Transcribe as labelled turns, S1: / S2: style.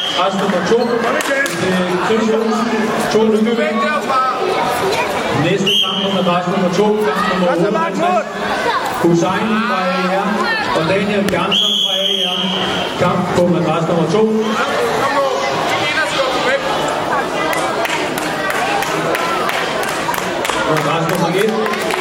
S1: to. Chris Johnsen, to Lykkevand. Næste kamp under rejse nummer to, kamp nummer 58. Hussein fra AER og Daniel Bjarnsson fra AER. Kamp på madras nummer to. Madras nummer et.